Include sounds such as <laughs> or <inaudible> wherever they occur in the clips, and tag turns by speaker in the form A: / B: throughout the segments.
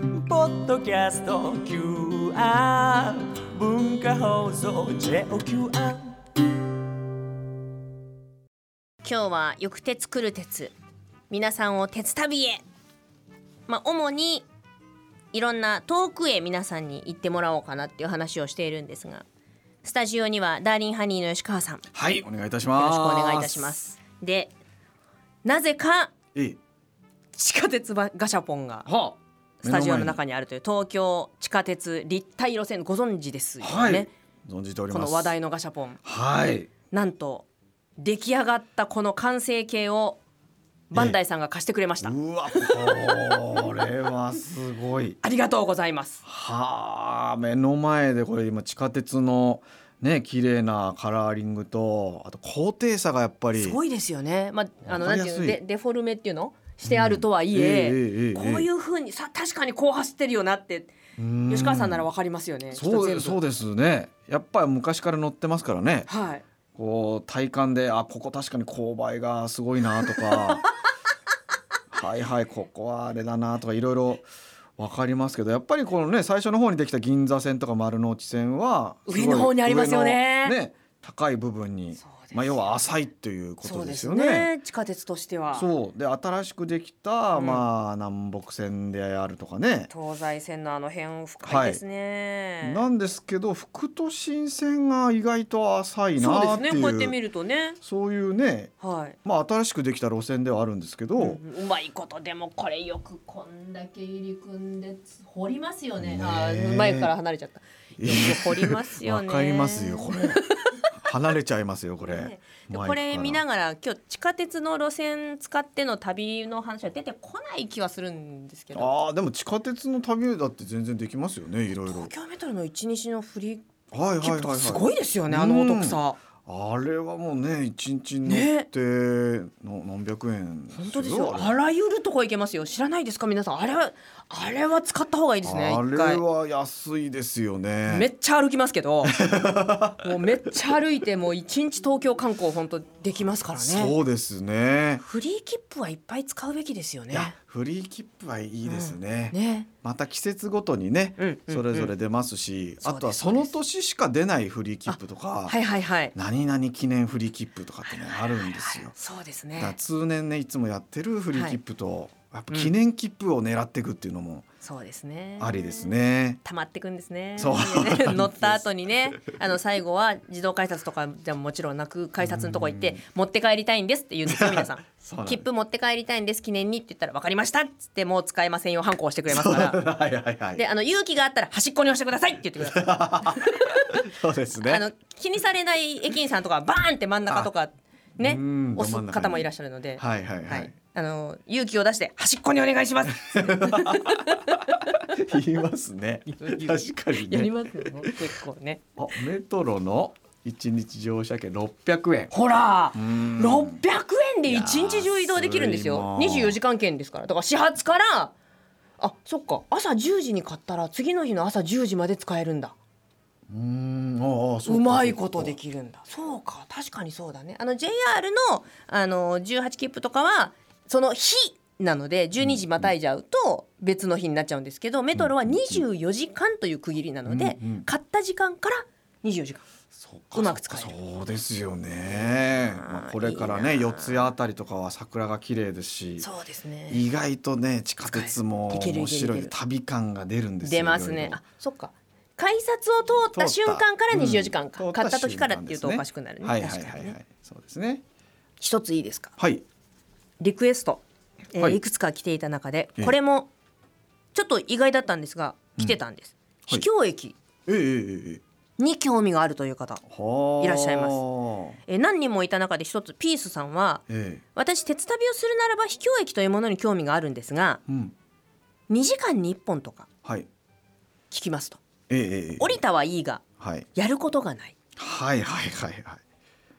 A: ッドキャスト QR 文化放送 JOQR
B: 今日は「翌鉄来る鉄」皆さんを鉄旅へ、まあ、主にいろんな遠くへ皆さんに行ってもらおうかなっていう話をしているんですがスタジオにはダーリンハニーの吉川さんよ
C: はい、お願いいたし
B: ろ
C: ま
B: し
C: す。
B: くお願いいたしま。す。でなぜか
C: ええ、
B: 地下鉄ばガシャポンが
C: はあ、
B: スタジオの中
C: に。
B: にあるという東京地下鉄立体路線ご存知ですよね、
C: はい、存じており
B: こ
C: ます。
B: の話題のガシャポン
C: はい、
B: なんと出来上がったこの完成形をバンダイさんが貸してくれました、
C: うわ、これはすごい。
B: ありがとうございます
C: はあ、目の前でこれ今地下鉄の。ね、綺麗なカラーリングと、あと高低差がやっぱり。
B: すごいですよね。まあ、あの、
C: わか
B: な
C: り
B: ん
C: や
B: て
C: すい
B: いうの、デ、デフォルメっていうの。してあるとはいえ、
C: うんええええええ
B: こういう風に、さ、確かにこう走ってるよなって。
C: うん
B: 吉川さんならわかりますよね。
C: そ
B: きっ
C: うで
B: と全部
C: すそうですねやっぱり昔から乗ってますからね
B: はい。
C: こう体感であここ確かに勾配がすごいな
B: <laughs>
C: とかはいはいここはあれだなとかいろいろ分かりますけどやっぱりこのね最初の方にできた銀座線とか丸の内線はすごい
B: 上の方にありますよね
C: 上のね高い部分に
B: そうですよ
C: まあ、要は浅いっていうこ
B: そ
C: と
B: う
C: で
B: ですす
C: よね。
B: ね。地下鉄としては。
C: そうで新しくできた、
B: うん
C: まあ、南北線であるとかね、
B: 東西線のあの辺深いですね。
C: なんですけど副都心線が意外と浅い
B: そ
C: な
B: う
C: って
B: で
C: いう
B: すね。こうやって見るとね。
C: そういうね
B: はい。
C: まあ、新しくできた路線ではあるんですけど、
B: うんうまいことでもこれよくこんだけ入り組んで掘りますよね。
C: ね
B: あーマイクから離れちゃった。よく掘りますよ
C: わ
B: ね。
C: かりますよこれ離れちゃいますよこれ、
B: ねで
C: マイク
B: これ
C: から
B: 見ながら今日地下鉄の路線使っての旅の話は出てこない気はするんですけど
C: あーでも地下鉄の旅だって全然できますよねいろいろ
B: 東京メトロの一日の振り
C: はいはい
B: 切
C: は
B: 符
C: い、
B: と
C: は
B: か
C: い、
B: すごいですよね、あのお得さ
C: あれはもうね一日乗っての、何百円
B: 本当ですよ
C: あ
B: あらゆるとこ行けますよ知らないですか皆さんあれはあれは使った方がいいで
C: れ
B: すね
C: あ
B: 一
C: れ
B: 回
C: は安いですよね
B: めっちゃ歩きますけ
C: <laughs>
B: どもうめっちゃ歩いてもう一日東京観光本当できますからね
C: そうですね
B: フリー切符はいっぱい使うべきですよ
C: いや
B: ね
C: フリー切符はいいですね、
B: ね
C: また季節ごとにね、
B: うんうん
C: それぞれ出ますし、
B: そうです
C: あとはその年しか出ないフリー切符とか、
B: はいはいはい
C: 何々記念フリー切符とかってねあるんですよ。
B: そうです
C: だから
B: ね
C: 通年ねいつもやってるフリー切符と、やっぱ記念切符を狙っていくっていうのも
B: そうですね
C: ありですね。
B: 溜まってくんですね。
C: そうなんで
B: <laughs>
C: す
B: 乗った後にね、あの最後は自動改札とかじゃもちろんなく改札のとこ行って持って帰りたいんですって言うんです
C: <laughs>
B: よ皆さん。
C: そうなんです
B: 切符持って帰りたいんです記念にって言ったら分かりましたっつってもう使えませんよ反抗してくれますから。
C: <laughs> はいはいは
B: で
C: い。
B: あの勇気があったら端っこに押してくださいって言ってくださ
C: そうです
B: い。あ
C: <laughs> ね
B: の。気にされない駅員さんとかバーンって真ん中とかね
C: うん
B: 押す
C: ど真ん中に
B: 方もいらっしゃるので、
C: はいはい
B: は
C: はいい。
B: あの勇気を出して端っこにお願いします。
C: 言います
B: <laughs>
C: ね。確かに
B: やり
C: ね。
B: ますよね結構ね。
C: あメトロの一日乗車券600円。
B: ほら、
C: ん
B: 600円で一日中移動できるんです
C: いや
B: よ。
C: 安いもん
B: 24時間券ですから。だから始発から、あ、そっか。朝10時に買ったら次の日の朝10時まで使えるんだ。
C: うーんああそうか
B: まいことで
C: そ
B: きるんだ。そうか、確かにそうだね。あの JR のあの18切符とかはその日なので12時またいじゃうと別の日になっちゃうんですけど、メトロは24時間という区切りなので
C: うんうん、
B: 買った時間から24時間。
C: うか
B: うまく使える
C: そうですよね。まあこれからね
B: いいな
C: 四ツ谷あたりとかは桜が綺麗ですし。
B: そうですね。
C: 意外とね地下鉄も
B: いけるい
C: 面
B: けるいける
C: 白い旅感が出るんですよ
B: 出ますね
C: い。ろい
B: あ、そっか。改札を通った瞬間から
C: 通った
B: 24時間か、
C: うん
B: 買った時からっていうと
C: 通
B: お
C: った瞬間ですね
B: かしくなるね。
C: ろはいはい
B: 確か
C: はい
B: に
C: は
B: ね。
C: いそうですね
B: 一ついいですか。
C: はい
B: リクエスト、えー
C: はい
B: い、くつか来ていた中で
C: え、え
B: これもちょっと意外だったんですが来てたんです。
C: はい
B: 秘境駅
C: ええええええ
B: に興味があるという方、
C: はい
B: らっしゃいます
C: す
B: えー何人もいた中で一つピースさんは、
C: ええ
B: 私鉄旅をするならば秘境駅というものに興味があるんですが、
C: うん
B: 2時間に1本とか
C: はい
B: 聞きますと、
C: ええええええ
B: 降りたはいいが
C: はい
B: やることがない。
C: はいはいはいはい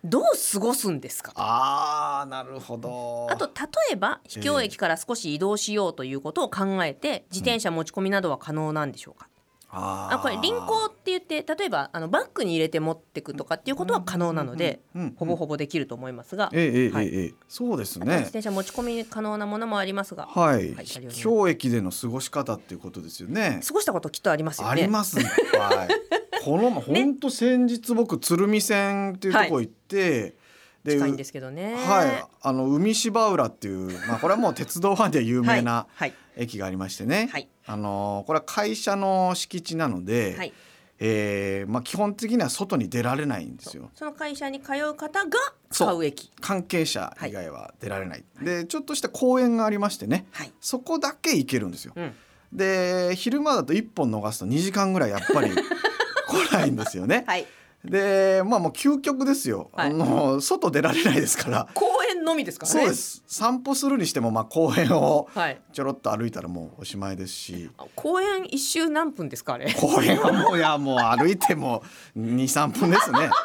B: どう過ごすんですか。
C: あーなるほど
B: あと例えば秘境駅から少し移動しようということを考えて自転車持ち込みなどは可能なんでしょうか、
C: あー
B: あこれ輪行って言って例えばあのバッグに入れて持ってくとかっていうことは可能なので、
C: うんうんうんうん
B: ほぼほぼできると思いますが、
C: ええええ
B: はい
C: ええそうです
B: あとは自
C: ね
B: 転車持ち込み可能なものもありますが、
C: はい
B: はい車両に
C: 秘境駅での過ごし方っていうことですよね
B: 過ごしたこときっとありますよ
C: あ
B: ね。
C: りますいっぱい
B: <laughs>
C: この本当先日僕鶴見線っていうとこ行って、
B: 近いんですけどね。
C: はい、あの海芝浦っていう、まあ、これはもう鉄道ファンでは有名な
B: はい
C: 駅がありましてね、
B: はい
C: あのーこれは会社の敷地なので、
B: はい、
C: えーまあ、基本的には外に出られないんですよ。
B: その会社に通う方が使う駅。
C: 関係者以外は出られない、でちょっとした公園がありましてね
B: はい。
C: そこだけ行けるんですよ。
B: うん。
C: で昼間だと1本逃すと2時間ぐらいやっぱ
B: <laughs>
C: り来ないんですよね。
B: はい。
C: でまあもう究極ですよ、
B: はい
C: あの外出られないですから。
B: 公園のみですからね。
C: そうで。す散歩するにしてもまあ公園を
B: はい。
C: ちょろっと歩いたらもうおしまいですし
B: あ公園一周何分ですかあれ。
C: 公園はもういやもう歩いても23分ですね。
B: <laughs>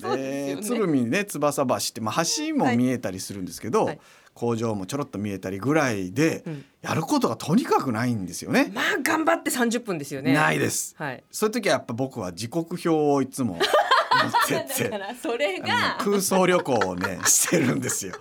B: そうですよね
C: 鶴見ね翼橋って、まあ、橋も見えたりするんですけど、
B: はい
C: 工場もちょろっと見えたりぐらいで、
B: うん
C: やることがとにかくないんですよね。
B: まあ頑張って三十分ですよね。
C: ないです、
B: はい。
C: そういう時はやっぱ僕は時刻表をいつ
B: <laughs>
C: も持ってって
B: だからそれ
C: あ
B: が
C: の空想旅行をねしてるんですよ。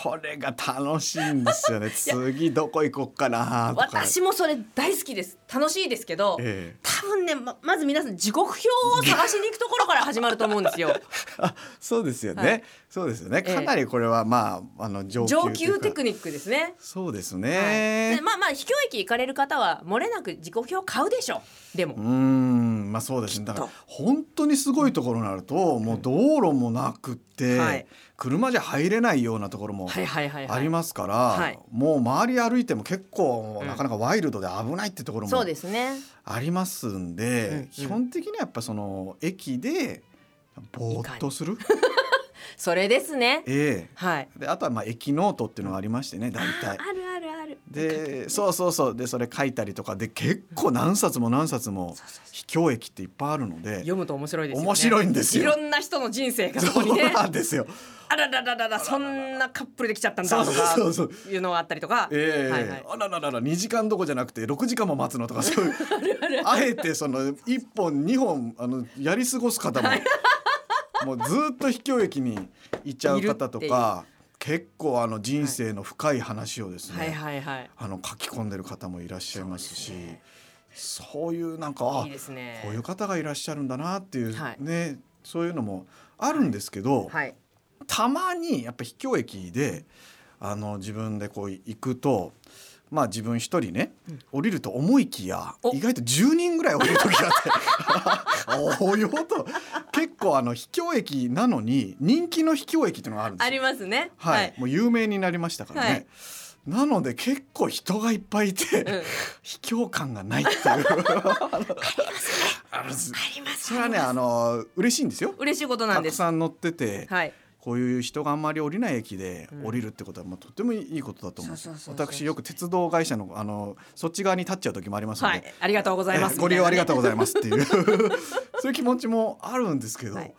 C: これが楽しいんですよね。次どこ行こっかなとか。
B: 私もそれ大好きです。楽しいですけど。
C: ええ
B: 多分ねままず皆さん時刻表を探しに行くところから始まると思うんです
C: <laughs>
B: よ
C: あそうですよね、
B: はい
C: そうですよね
B: ええ
C: かなりこれはまああの上級
B: 上
C: という
B: 級
C: か
B: テクニックですね
C: そうです
B: はい
C: ね
B: で、まあまあ秘境駅行かれる方は漏れなく時刻表買うでしょうでも、
C: うーんまあそうですねだから本当にすごいところになると、もう道路もなくって、
B: はい
C: 車じゃ入れないようなところも
B: はいはいはいはい
C: ありますから、
B: はい
C: もう周り歩いても結構なかなかワイルドで危ないってところも
B: そうですね
C: ありますんで、
B: うんうん
C: 基本的にはやっぱその駅でぼーっとする、 <laughs>
B: それですね
C: え
B: はい
C: えであとはまあ駅ノートっていうのがありましてね大
B: あ
C: 体。
B: るあるある
C: でそうそうそうでそれ書いたりとかで結構何冊も何冊も秘境駅っていっぱいあるので
B: 読むと面白いですよね
C: 面白いんですよ
B: いろんな人の人生がそ
C: そ
B: こに
C: う
B: ね
C: なんですよ。
B: あらららららそんなカップルで来ちゃったん
C: そ
B: だ
C: う
B: と
C: そうそうそう。
B: かいうのがあったりとか、
C: ええ
B: はいはい
C: あらららら2時間どこじゃなくて6時間も待つのとかそういうあえてその1本2本あのやり過ご
B: <laughs>
C: す方ももうずっと秘境駅に行っちゃう方と
B: いるっていう
C: か結構あの人生の深い話をですね、
B: はいはいはい
C: あの書き込んでる方もいらっしゃいますしそういうなんかあ
B: いいですね
C: こういう方がいらっしゃるんだなっていう、
B: はい
C: ねそういうのもあるんですけど、
B: はい
C: たまにやっぱ秘境駅であの自分でこう行くと。まあ自分一人ね、降りると思いきや
B: お
C: 意外と10人ぐらい降りる時があ
B: <laughs>
C: っておよと結構あの秘境駅なのに人気の秘境駅っていうのがあるんです
B: あ
C: よ
B: りますね
C: はい、もう有名になりましたからね、
B: はい
C: なので結構人がいっぱいいて、
B: うん
C: 卑怯感がないっていうあります
B: あります
C: それはねあの嬉しいんですよ
B: 嬉しいことな
C: た
B: んで
C: く
B: す
C: さん乗ってて、
B: はい
C: こういう人があんまり降りない駅で
B: うん
C: 降りるってことは、まあ、とてもいいことだと思うんです
B: そうそうそうそう
C: 私よく鉄道会社のあのそっち側に立っちゃう時もありますの
B: は
C: で、
B: いありがとうございます
C: ご利用ありがとう
B: う
C: <laughs> ございますっていうそういう気持ちもあるんですけど、
B: はい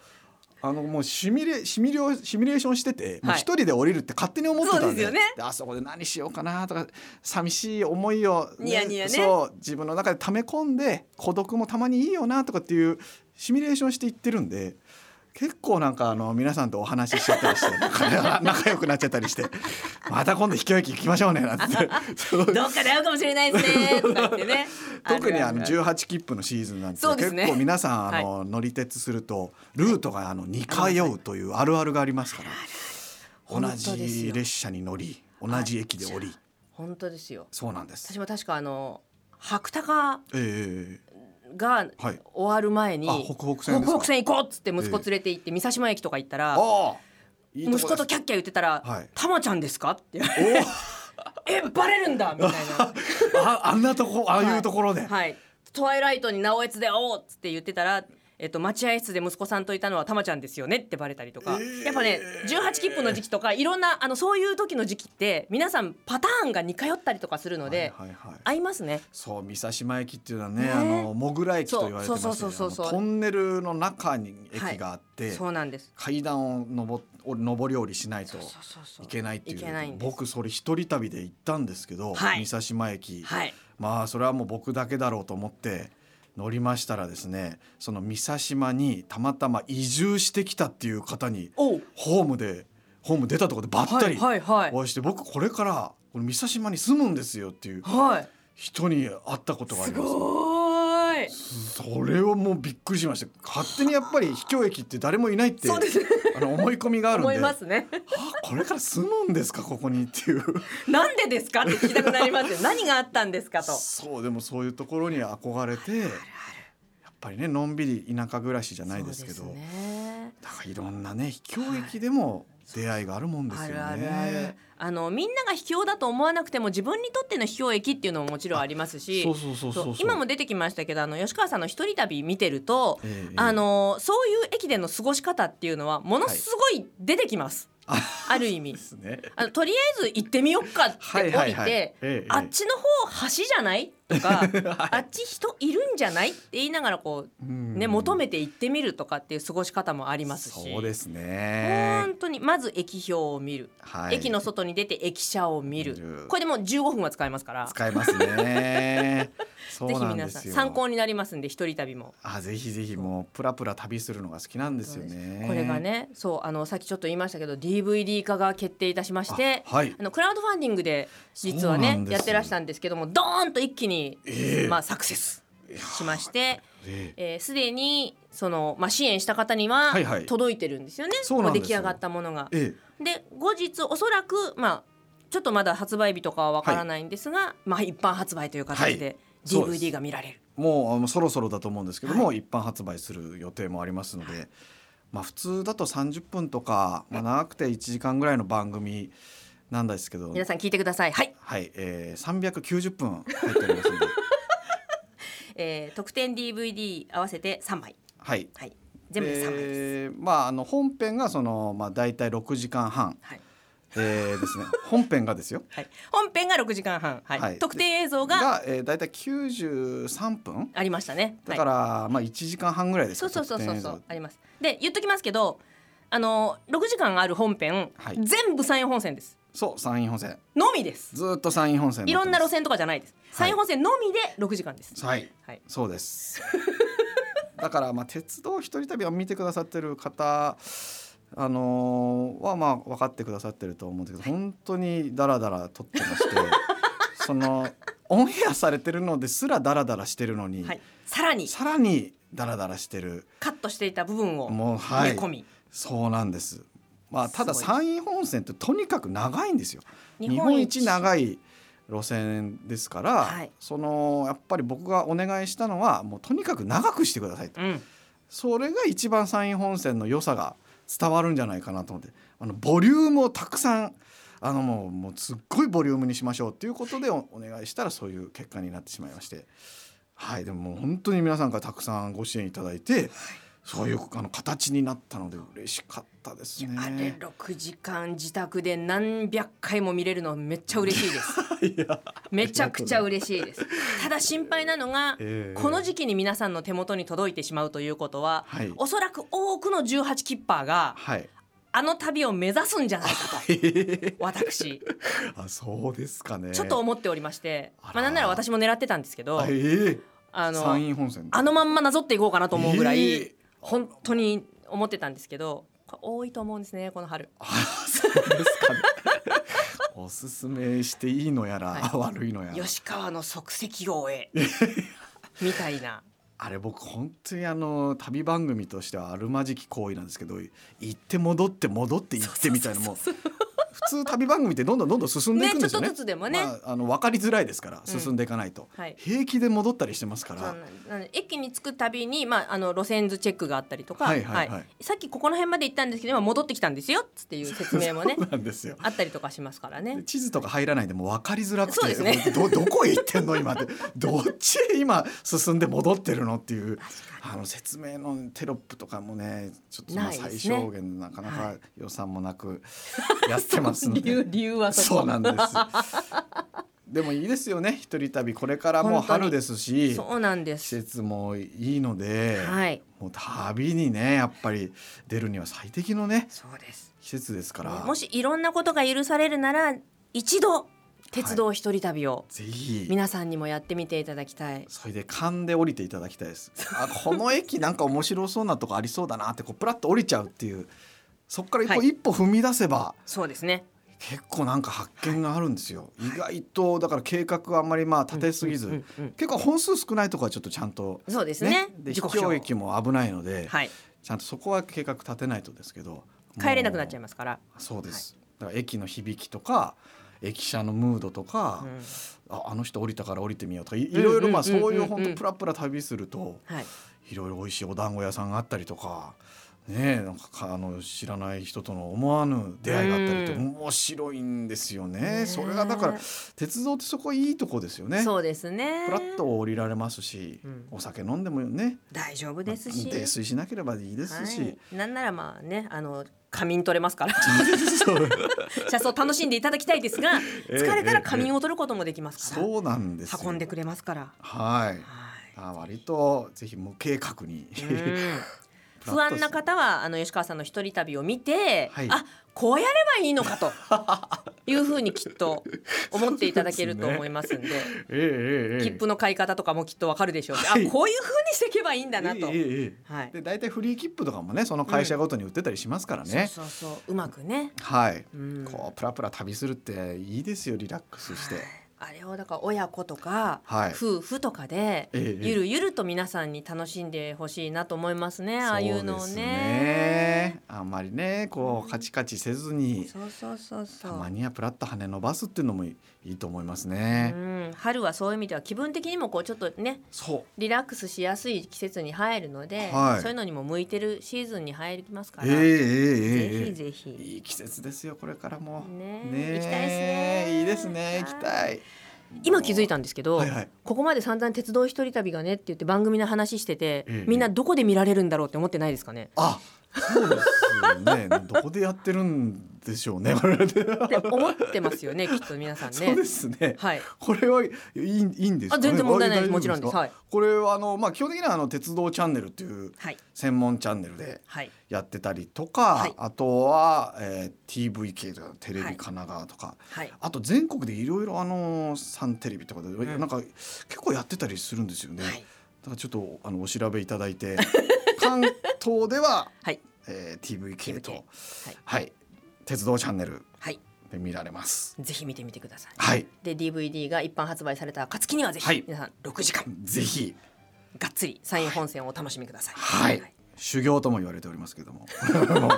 C: あのもうシミュレシミュレシミュレーションしてて、もう
B: はい
C: 一人で降りるって勝手に思ってたんで
B: そうですよね
C: であそこで何しようかなとか寂しい思いを、
B: ニヤニヤね
C: そう自分の中で溜め込んで孤独もたまにいいよなとかっていうシミュレーションしていってるんで。結構なんかあの皆さんとお話ししちゃったりしてなんか仲良くなっちゃったりしてまた今度秘境駅行きましょうねなんてそう
B: どっかで会うかもしれないです
C: <laughs>
B: ねとか言ってね
C: 特にあ
B: る
C: の
B: る
C: 18切符のシーズンなんて
B: そうです
C: 結
B: ね
C: 構皆さんあの乗り鉄するとルートがあの2回うというあるあるがありますから同
B: 本当です
C: じ
B: よ
C: 列車に乗り同じ駅で降り
B: 本当ですよ
C: そうなんです。
B: 私も確かあの白鷹
C: ええ
B: が
C: はい
B: 終わる前に、
C: あ北北線ですか
B: 北北線行こうっつって息子連れて行って、三島駅とか行ったら
C: ああいい
B: 息子と
C: キ
B: キャッキャ言ってたら
C: はい
B: 「たま、ちゃんですか?」って言われて
C: ャ
B: 「 <laughs> えバレるん
C: <laughs>
B: だ」みたいな。 <laughs>
C: ああんなとこああいうところで、
B: はい、トワイライトに直江津で会おうっつって言ってたら、えっと、待合室で息子さんといたのはたまちゃんですよねってバレたりとか、やっぱね18切符の時期とかいろんなあのそういう時の時期って皆さんパターンが似通ったりとかするので、
C: はいはいはい
B: 合いますね。
C: そう三沢島駅っていうのはね
B: ね
C: あのモグラ駅と言われてますけど
B: そうそうそうそうそう
C: あのトンネルの中に駅があって、
B: そうなんです
C: 階段を上上り下りしないと。
B: そうそうそう
C: いけないっていう
B: いけないんです
C: 僕それ一人旅で行ったんですけど、
B: はい
C: 三沢島駅、
B: はい
C: まあそれはもう僕だけだろうと思って乗りましたらですねその三佐島にたまたま移住してきたっていう方に
B: おう
C: ホームでホーム出たところでばったり
B: はいはい
C: お会いして僕これからこの三佐島に住むんですよっていう
B: はい
C: 人に会ったことがあ
B: す
C: ります。
B: ごーい
C: それはもうびっくりしました勝手にやっぱり秘境駅って誰もいないって
B: そうですね
C: あの思い込みがあるん
B: 思い
C: で
B: ますね
C: あこれから住むんですかここにっていう
B: なんでですかって聞きたくなり <laughs> ますよ何があったんですかと
C: そうでもそういうところに憧れてやっぱりねのんびり田舎暮らしじゃないですけど
B: そうですね
C: だからいろんなね秘境駅でも出会いがあるもんですよ
B: あ
C: ね。
B: るあるあるあのみんなが卑怯だと思わなくても自分にとっての卑怯駅っていうのももちろんありますし
C: そうそうそうそうそう
B: そう今も出てきましたけどあの吉川さんの一人旅見てると、
C: ええ
B: あのそういう駅での過ごし方っていうのはものすごい出てきます、ある意味
C: ですね。
B: あのとりあえず行ってみよっかって降りて、
C: はいはいはいええ
B: あっちの方橋じゃない
C: <laughs>
B: とか、あっち人いるんじゃないって言いながらこう、ね求めて行ってみるとかっていう過ごし方もありますし
C: そうです
B: 本
C: ね。
B: 当にまず駅表を見る、
C: はい
B: 駅の外に出て駅舎を見る
C: 見る
B: これでもう15分は使えますから
C: 使えま
B: <laughs>
C: すね。そう
B: ぜひ
C: なんで
B: 皆さん
C: すよ。
B: 参考になりますんで一人旅も。
C: あぜひぜひもうプラプラ旅するのが好きなんですよね。
B: これがねそうあのさっきちょっと言いましたけど DVD 化が決定いたしまして
C: あはい
B: あのクラウドファンディングで実は
C: そうな
B: ね
C: んですよ
B: やってらしたんですけどもドーンと一気に、
C: ええ
B: まあ、サクセスしまして
C: ええ。
B: えーすで、にその、まあ、支援した方には
C: はいはい
B: 届いてるんですよね、
C: そうなんですよ
B: も出来上がったものが。
C: え
B: で後日おそらくまあちょっとまだ発売日とかはわからないんですが、まあ一般発売という形
C: は
B: で
C: いそうです
B: DVD が見られる。
C: え、もうあのそろそろだと思うんですけども、一般発売する予定もありますので、まあ普通だと30分とか、まあ、長くて1時間ぐらいの番組なんですけど、
B: 皆さん聞いてください。はい、
C: はい、えー、390分入っております
B: <laughs>
C: ので、
B: えー、特典 DVD 合わせて3枚。
C: はい。
B: はい、全部で3枚です。
C: えーまああの本編がそのまあだいたい6時間半、
B: はい。
C: えー、です
B: <laughs>
C: ね。本編がですよ。
B: はい。本編が6時間半。はい。
C: はい
B: 特典映像が
C: が、えー、だいたい93分。
B: ありましたね。
C: だから
B: は、
C: まあ1時間半ぐらいで
B: い、
C: す
B: そ
C: か
B: うそうそうそうそ
C: 特典映
B: うあります。で言っときますけど、あの6時間ある本編、
C: はい
B: 全部山陰本線です。
C: 像そう山陰本線
B: のみです。
C: ずーっと山陰本線
B: いろんな路
C: 線
B: 線とかじゃないです。山
C: はい
B: 陰本線のみで6時間です。
C: はい
B: はい。
C: そうです <laughs> だからまあ鉄道一人旅を見てくださってる方あのーはまあ分かってくださってると思うんですけど本当にダラダラ撮ってまして <laughs> そのオンエアされてるのですらダラダラしてるのに、
B: はい。さらに
C: さらにダラダラしてる
B: カットしていた部分を
C: もう
B: 埋
C: はい
B: め込み、
C: そうなんです。まあただ
B: すごい
C: 山陰本線ってとにかく長いんですよ。
B: 日
C: 日
B: 本
C: 本
B: 一
C: 一長い路線ですから、
B: はい
C: そのやっぱり僕がお願いしたのはもうとにかく長くしてくださいと。
B: うん、
C: それが一番山陰本線の良さが伝わるんじゃないかなと思って、あのボリュームをたくさん。あのもうもうすっごいボリュームにしましょうっていうことでおお願いしたらそういう結果になってしまいましてはいでももう本当に皆さんからたくさんご支援いただいてそういうあの形になったので嬉しかったですね。
B: あれ6時間自宅で何百回も見れるのめっちゃ嬉しいです
C: <laughs> いや
B: めちゃくちゃ嬉しいですただ心配なのが、
C: ええ
B: この時期に皆さんの手元に届いてしまうということは、
C: はい
B: おそらく多くの18キッパーが
C: はい。
B: あの旅を目指すんじゃない
C: <laughs>
B: かと私
C: あそうですかね。
B: ちょっと思っておりまして、
C: あら
B: まあなんなら私も狙ってたんですけど
C: あええ
B: あ
C: 山陰本線。
B: あのまんまなぞっていこうかなと思うぐらい、
C: ええ
B: 本当に思ってたんですけどこれ多いと思うんですねこの春
C: あそうですかね。おすすめしていいのやら、
B: は
C: 悪いのやら。
B: 吉川の即席王
C: <laughs>
B: へみたいな
C: あれ僕本当にあの旅番組としてはあるまじき行為なんですけど行って戻って戻って行ってみたいなもう普通旅番組ってどんどんどんどん進んでいくんですよね
B: ねちょっとずつでもね
C: まあ、あの分かりづらいですから進んでいかないと、
B: はい
C: 平気で戻ったりしてますから、
B: そうなんなので駅に着くたびに、まあ、あの路線図チェックがあったりとか、
C: はいはいはい
B: さっきここの辺まで行ったんですけど今戻ってきたんですよっていう説明もね
C: <laughs> そうなんですよ
B: あったりとかしますからね
C: で。地図とか入らないでもう分かりづらく
B: そうで
C: て、
B: すね
C: ど <laughs> どこへ行ってんの今ってどっちへ今進んで戻ってるのっていうあの説明のテロップとかもねちょっとまあ
B: ないで
C: 最
B: すね
C: 小限なかな
B: は
C: か予算もな
B: <laughs>
C: くやってますの
B: 理
C: で、
B: 由理由はそこ
C: そうなんですでもいいですよね一人旅これからもう春ですし
B: そうなんで
C: 季
B: す
C: 節もいいので、
B: はい
C: もう旅にねやっぱり出るには最適のね
B: そうです
C: 季節ですから
B: もしいろんなことが許されるなら一度鉄道一人旅を
C: ぜひ
B: 皆さんにもやってみていただきたい。
C: それで勘で降りていただきたいですあこの駅なんか面白そうなとこありそうだなってこうプラッと降りちゃうっていうそこから一歩
B: はい
C: 一歩踏み出せば
B: そうですね。
C: 結構なんか発見があるんですよ、意外とだから計画はあんまりまあ立てすぎず、
B: うんうんうんうん
C: 結構本数少ないとこはちょっとちゃんと
B: そうですね
C: で
B: 時
C: 秘
B: 刻
C: 境
B: 表
C: 駅も危ないので、
B: はい。
C: ちゃんとそこは計画立てないとですけど
B: 帰れなくなっちゃい
C: ま
B: ますから。
C: すそうです、だから駅の響きとか駅舎のムードとか、
B: うん
C: ああの人降りたから降りてみようとかいいろいろまあ
B: うん
C: そ
B: うんうんうん
C: ういう本当プラプラ旅すると
B: はい。
C: いろいろ美味しいお団子屋さんがあったりとか。ねえなんかかあの知らない人との思わぬ出会いがあったりと
B: うん
C: 面白いんですよね
B: ねえ
C: それがだから鉄道ってそこいいとこですよね
B: そうですね。
C: プラッと降りられますし、
B: うん
C: お酒飲んでもね
B: 大丈夫ですし。
C: 泥酔しなければいいですし、
B: はい、なんならまあねあの仮眠取れますから
C: そう
B: <laughs> 車窓楽しんでいただきたいですが
C: ええ
B: 疲れたら仮眠を取ることもできますから、
C: そうなんですよ
B: 運んでくれますから、
C: はい
B: はい
C: あ割とぜひ無計画に <laughs>
B: うん不安な方はあの吉川さんの一人旅を見て、
C: はい
B: あこうやればいいのかというふうにきっと思っていただけると思いますんで
C: ええええええ
B: 切符の買い方とかもきっとわかるでしょうし、
C: はい
B: あこういうふうにしていけばいいんだなと、
C: ええええ
B: はい
C: で大体フリー切符とかもねその会社ごとに売ってたりしますからね、
B: そうそうそううまくね、
C: はい、
B: うん、
C: こうプラプラ旅するっていいですよリラックスして、
B: あれをだから親子とか、
C: はい
B: 夫婦とかで、
C: ええええ
B: ゆるゆると皆さんに楽しんでほしいなと思いますねああいうのを
C: そうです
B: ね。
C: あんまりねこうカチカチせずに
B: そうそうそうそう
C: たまにはプラッと羽伸ばすっていうのもいいいいと思います
B: う
C: ね、
B: ん、春はそういう意味では気分的にもこうちょっとね
C: そう
B: リラックスしやすい季節に入るので、
C: はい
B: そういうのにも向いてるシーズンに入りますから、
C: えええええ
B: ぜ
C: え
B: ひぜひ
C: いい季節ですよこれからも
B: ねえ
C: え
B: 行きたいですね
C: いいですね
B: はい
C: 行きたい
B: 今気づいたんですけど、
C: はいはい
B: ここまで散々鉄道一人旅がねって言って番組の話してて、
C: ええ
B: みんなどこで見られるんだろうって思ってないですかね
C: あそうです
B: <laughs>
C: よねどこでやってるんでしょうねこれで
B: って思ってます
C: <laughs>
B: よねきっと皆さん
C: そう
B: ね
C: で。すね
B: はい
C: これはいいいいいんですか、
B: あ
C: ね、
B: 全然問題ない
C: あ
B: で
C: れ
B: すもちろんです
C: 大丈夫か
B: はい
C: これはあの、まあ、基本的にはあの鉄道チャンネルっていう
B: はい
C: 専門チャンネルで
B: はい
C: やってたりとか、
B: はい
C: あとは、えー、TVK とかテレビ
B: はい
C: 神奈川とか、
B: はい。
C: あと全国でいろいろあのサンテレビとかで、
B: ん
C: なんか結構やってたりするんですよね、
B: はい
C: だからちょっとあのお調べいただ
B: <laughs>
C: いて関東では、
B: はい
C: えー、TVK と
B: TVK
C: はい、鉄道チャンネル
B: はい。
C: で見られます
B: ぜひ見てみてください。
C: はい
B: で DVD が一般発売された暁にはぜひ、
C: はい
B: 皆さん6時間
C: ぜひ
B: がっつりサイン本戦をお楽しみください。
C: はい、修行とも言われております
B: <laughs>
C: けども <laughs>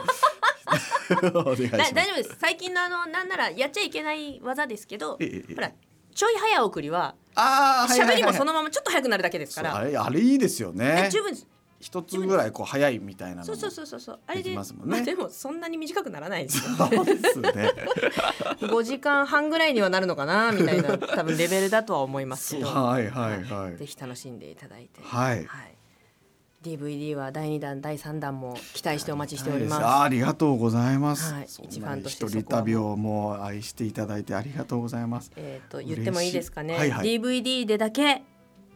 C: お願いしま
B: だ
C: す
B: 大丈夫です。最近のあのなんならやっちゃいけない技ですけど、
C: えええ
B: ほらちょい早送りは
C: ああ
B: 喋りもそ
C: の
B: のままちょっと早くなるだけですから。
C: あれあれいいですよね
B: え十分です。
C: 一つぐらいこう早いみたいなの
B: そうそう
C: う
B: そうそうそう。あれ
C: で
B: で、
C: きますもんね
B: あでもそんなに短くならない
C: <laughs>
B: ですよ。
C: そうですね
B: 5時間半ぐらいにはなるのかなみたいな多分レベルだ <laughs> とは思います
C: <laughs>
B: けど。
C: はいはいは
B: ぜ
C: い
B: ひ楽しんでいただいて。
C: はい
B: はい。DVD は第二弾第三弾も期待してお待ちしております。
C: あーありがとうございます、
B: はい
C: そんな
B: 一ファンとして
C: 一
B: そこはもう
C: 人旅をもう愛していただいてありがとうございます
B: えっ、と言ってもいいですかね。
C: 嬉しいはいはい
B: DVD でだけ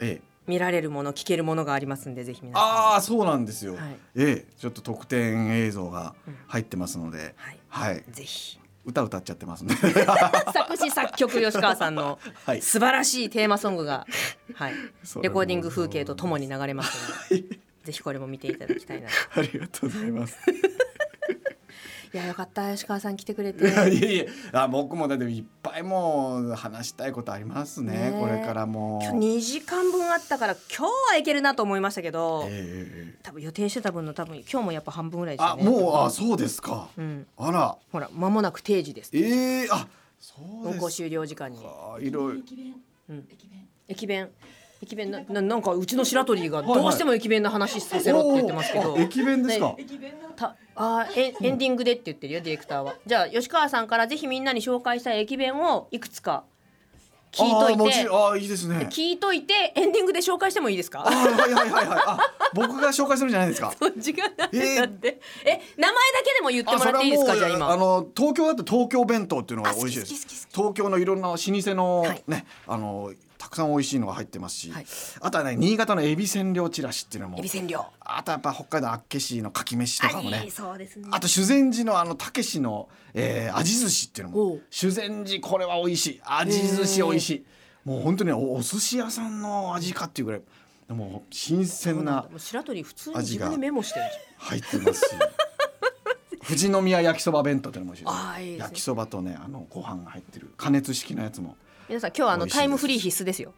C: ええ
B: 見られるもの聞けるものがありますんでぜひ皆さん。
C: ああそうなんですよ、
B: はい
C: ええちょっと特典映像が入ってますので、
B: はい。
C: はい
B: ぜひ
C: 歌歌っちゃってま
B: <laughs>
C: すね
B: 作詞作曲吉川さんの
C: はい
B: 素晴らしいテーマソングが、はい、
C: それ
B: レ
C: も
B: コーディング風景とともに流れますので、ぜひこれも見ていただきた
C: <laughs>
B: いなと
C: ありがとうございます
B: いやよかった吉川さん来てくれ
C: い
B: て
C: やいやいやあ僕もだっていっぱいもう話したいことありますね
B: ねえ
C: これからも
B: 今日2時間分あったから今日はいけるなと思いましたけど、
C: ええええええ
B: 多分予定してた分の多分今日もやっぱ半分ぐらいでした
C: あ
B: ね
C: もうあそうですか、
B: うん
C: あら
B: ほら間もなく定時です
C: ええあそう
B: 運
C: で
B: 行
C: す
B: 終了時間に
C: かいろいろ
B: 駅弁駅弁なななんかうちの白鳥が
C: いはい
B: どうしても駅弁の話させろって言ってますけど、
C: おーあ駅弁ですか、
B: ねたあーえエンディングでって言ってるよディレクターはじゃあ吉川さんからぜひみんなに紹介したい駅弁をいくつか聞
C: あ
B: い
C: ー
B: と
C: も
B: い
C: ち
B: て
C: ろんあーいいですね
B: 聞いといてエンディングで紹介してもいいですか
C: あはいはいはいはいあ僕が紹介するんじゃないで
B: <laughs>
C: すか
B: 時間ないんだって、え名前だけでも言ってもらっていいですかじゃあ今
C: あの東京だと東京弁当っていうのが美味しいで
B: あ好き好き好き
C: す東京のいろんな老舗の
B: はい
C: ねあのたくさん美味しいのが入ってますし、
B: はい
C: あとはね新潟のエビ千両チラシっていうのも
B: エビ千両
C: あとやっぱ北海道厚岸のかき飯とかも
B: あい
C: ね
B: いそうですね
C: あと修善寺のあのたけしの、えー、味寿司っていうの
B: お
C: も
B: う
C: 修善寺これは美味しい味寿司美味しいもう本当におお寿司屋さんの味かっていうぐらいもう新鮮な
B: もう白鳥普通に自
C: 味が
B: 分でメモしてるじ
C: 入ってます
B: <laughs>
C: し富士宮焼きそば弁当っていうのも美味し
B: あー
C: い
B: いい
C: で
B: ですすね
C: 焼きそばとねあのご飯が入ってる加熱式のやつも
B: ゃん皆さん今日はあの
C: 美味しいです
B: タイムフリー必須ですよ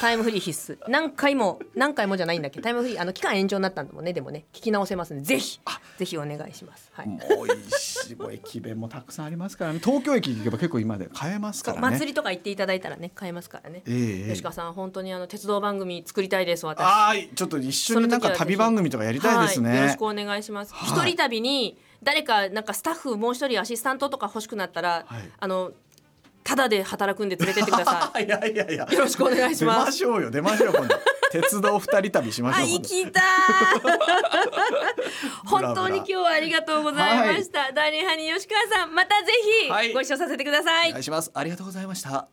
B: タイムフリー必須何回も何回もじゃないんだっけどタイムフリーあの期間延長になったんだもんねでもね聞き直せますんでぜひぜひお願いしますはい、
C: もう美味
B: <laughs>
C: しいもう駅弁もたくさんありますからね東京駅行けば結構今まで買えます
B: そ
C: か
B: う
C: らね
B: 祭りとか行っていただいたらね買えますからね、
C: ええええ
B: 吉川さん本当にあの鉄道番組作りたいです私
C: あーちょっと一緒になんか旅番組とかやりたいですね、
B: はい、よろしくお願いします。
C: はい
B: 一、人旅に誰かなんかスタッフもう一人アシスタントとか欲しくなったら、
C: はい
B: あのただで働くんで連れてってくだ
C: <laughs>
B: さ
C: <laughs> いやいやいや
B: い。よろしくお願いし
C: 出ま
B: ます。
C: しょうよ出ましょう今度鉄道二人旅しまし
B: あ、
C: ょう今
B: 行
C: 度
B: きたい
C: <laughs>
B: 本当に今日はありがとうございました。ダーリンハニー吉川さん、またぜ
C: は
B: ひ
C: い
B: ご一緒させてください
C: お願いしますありがとうございました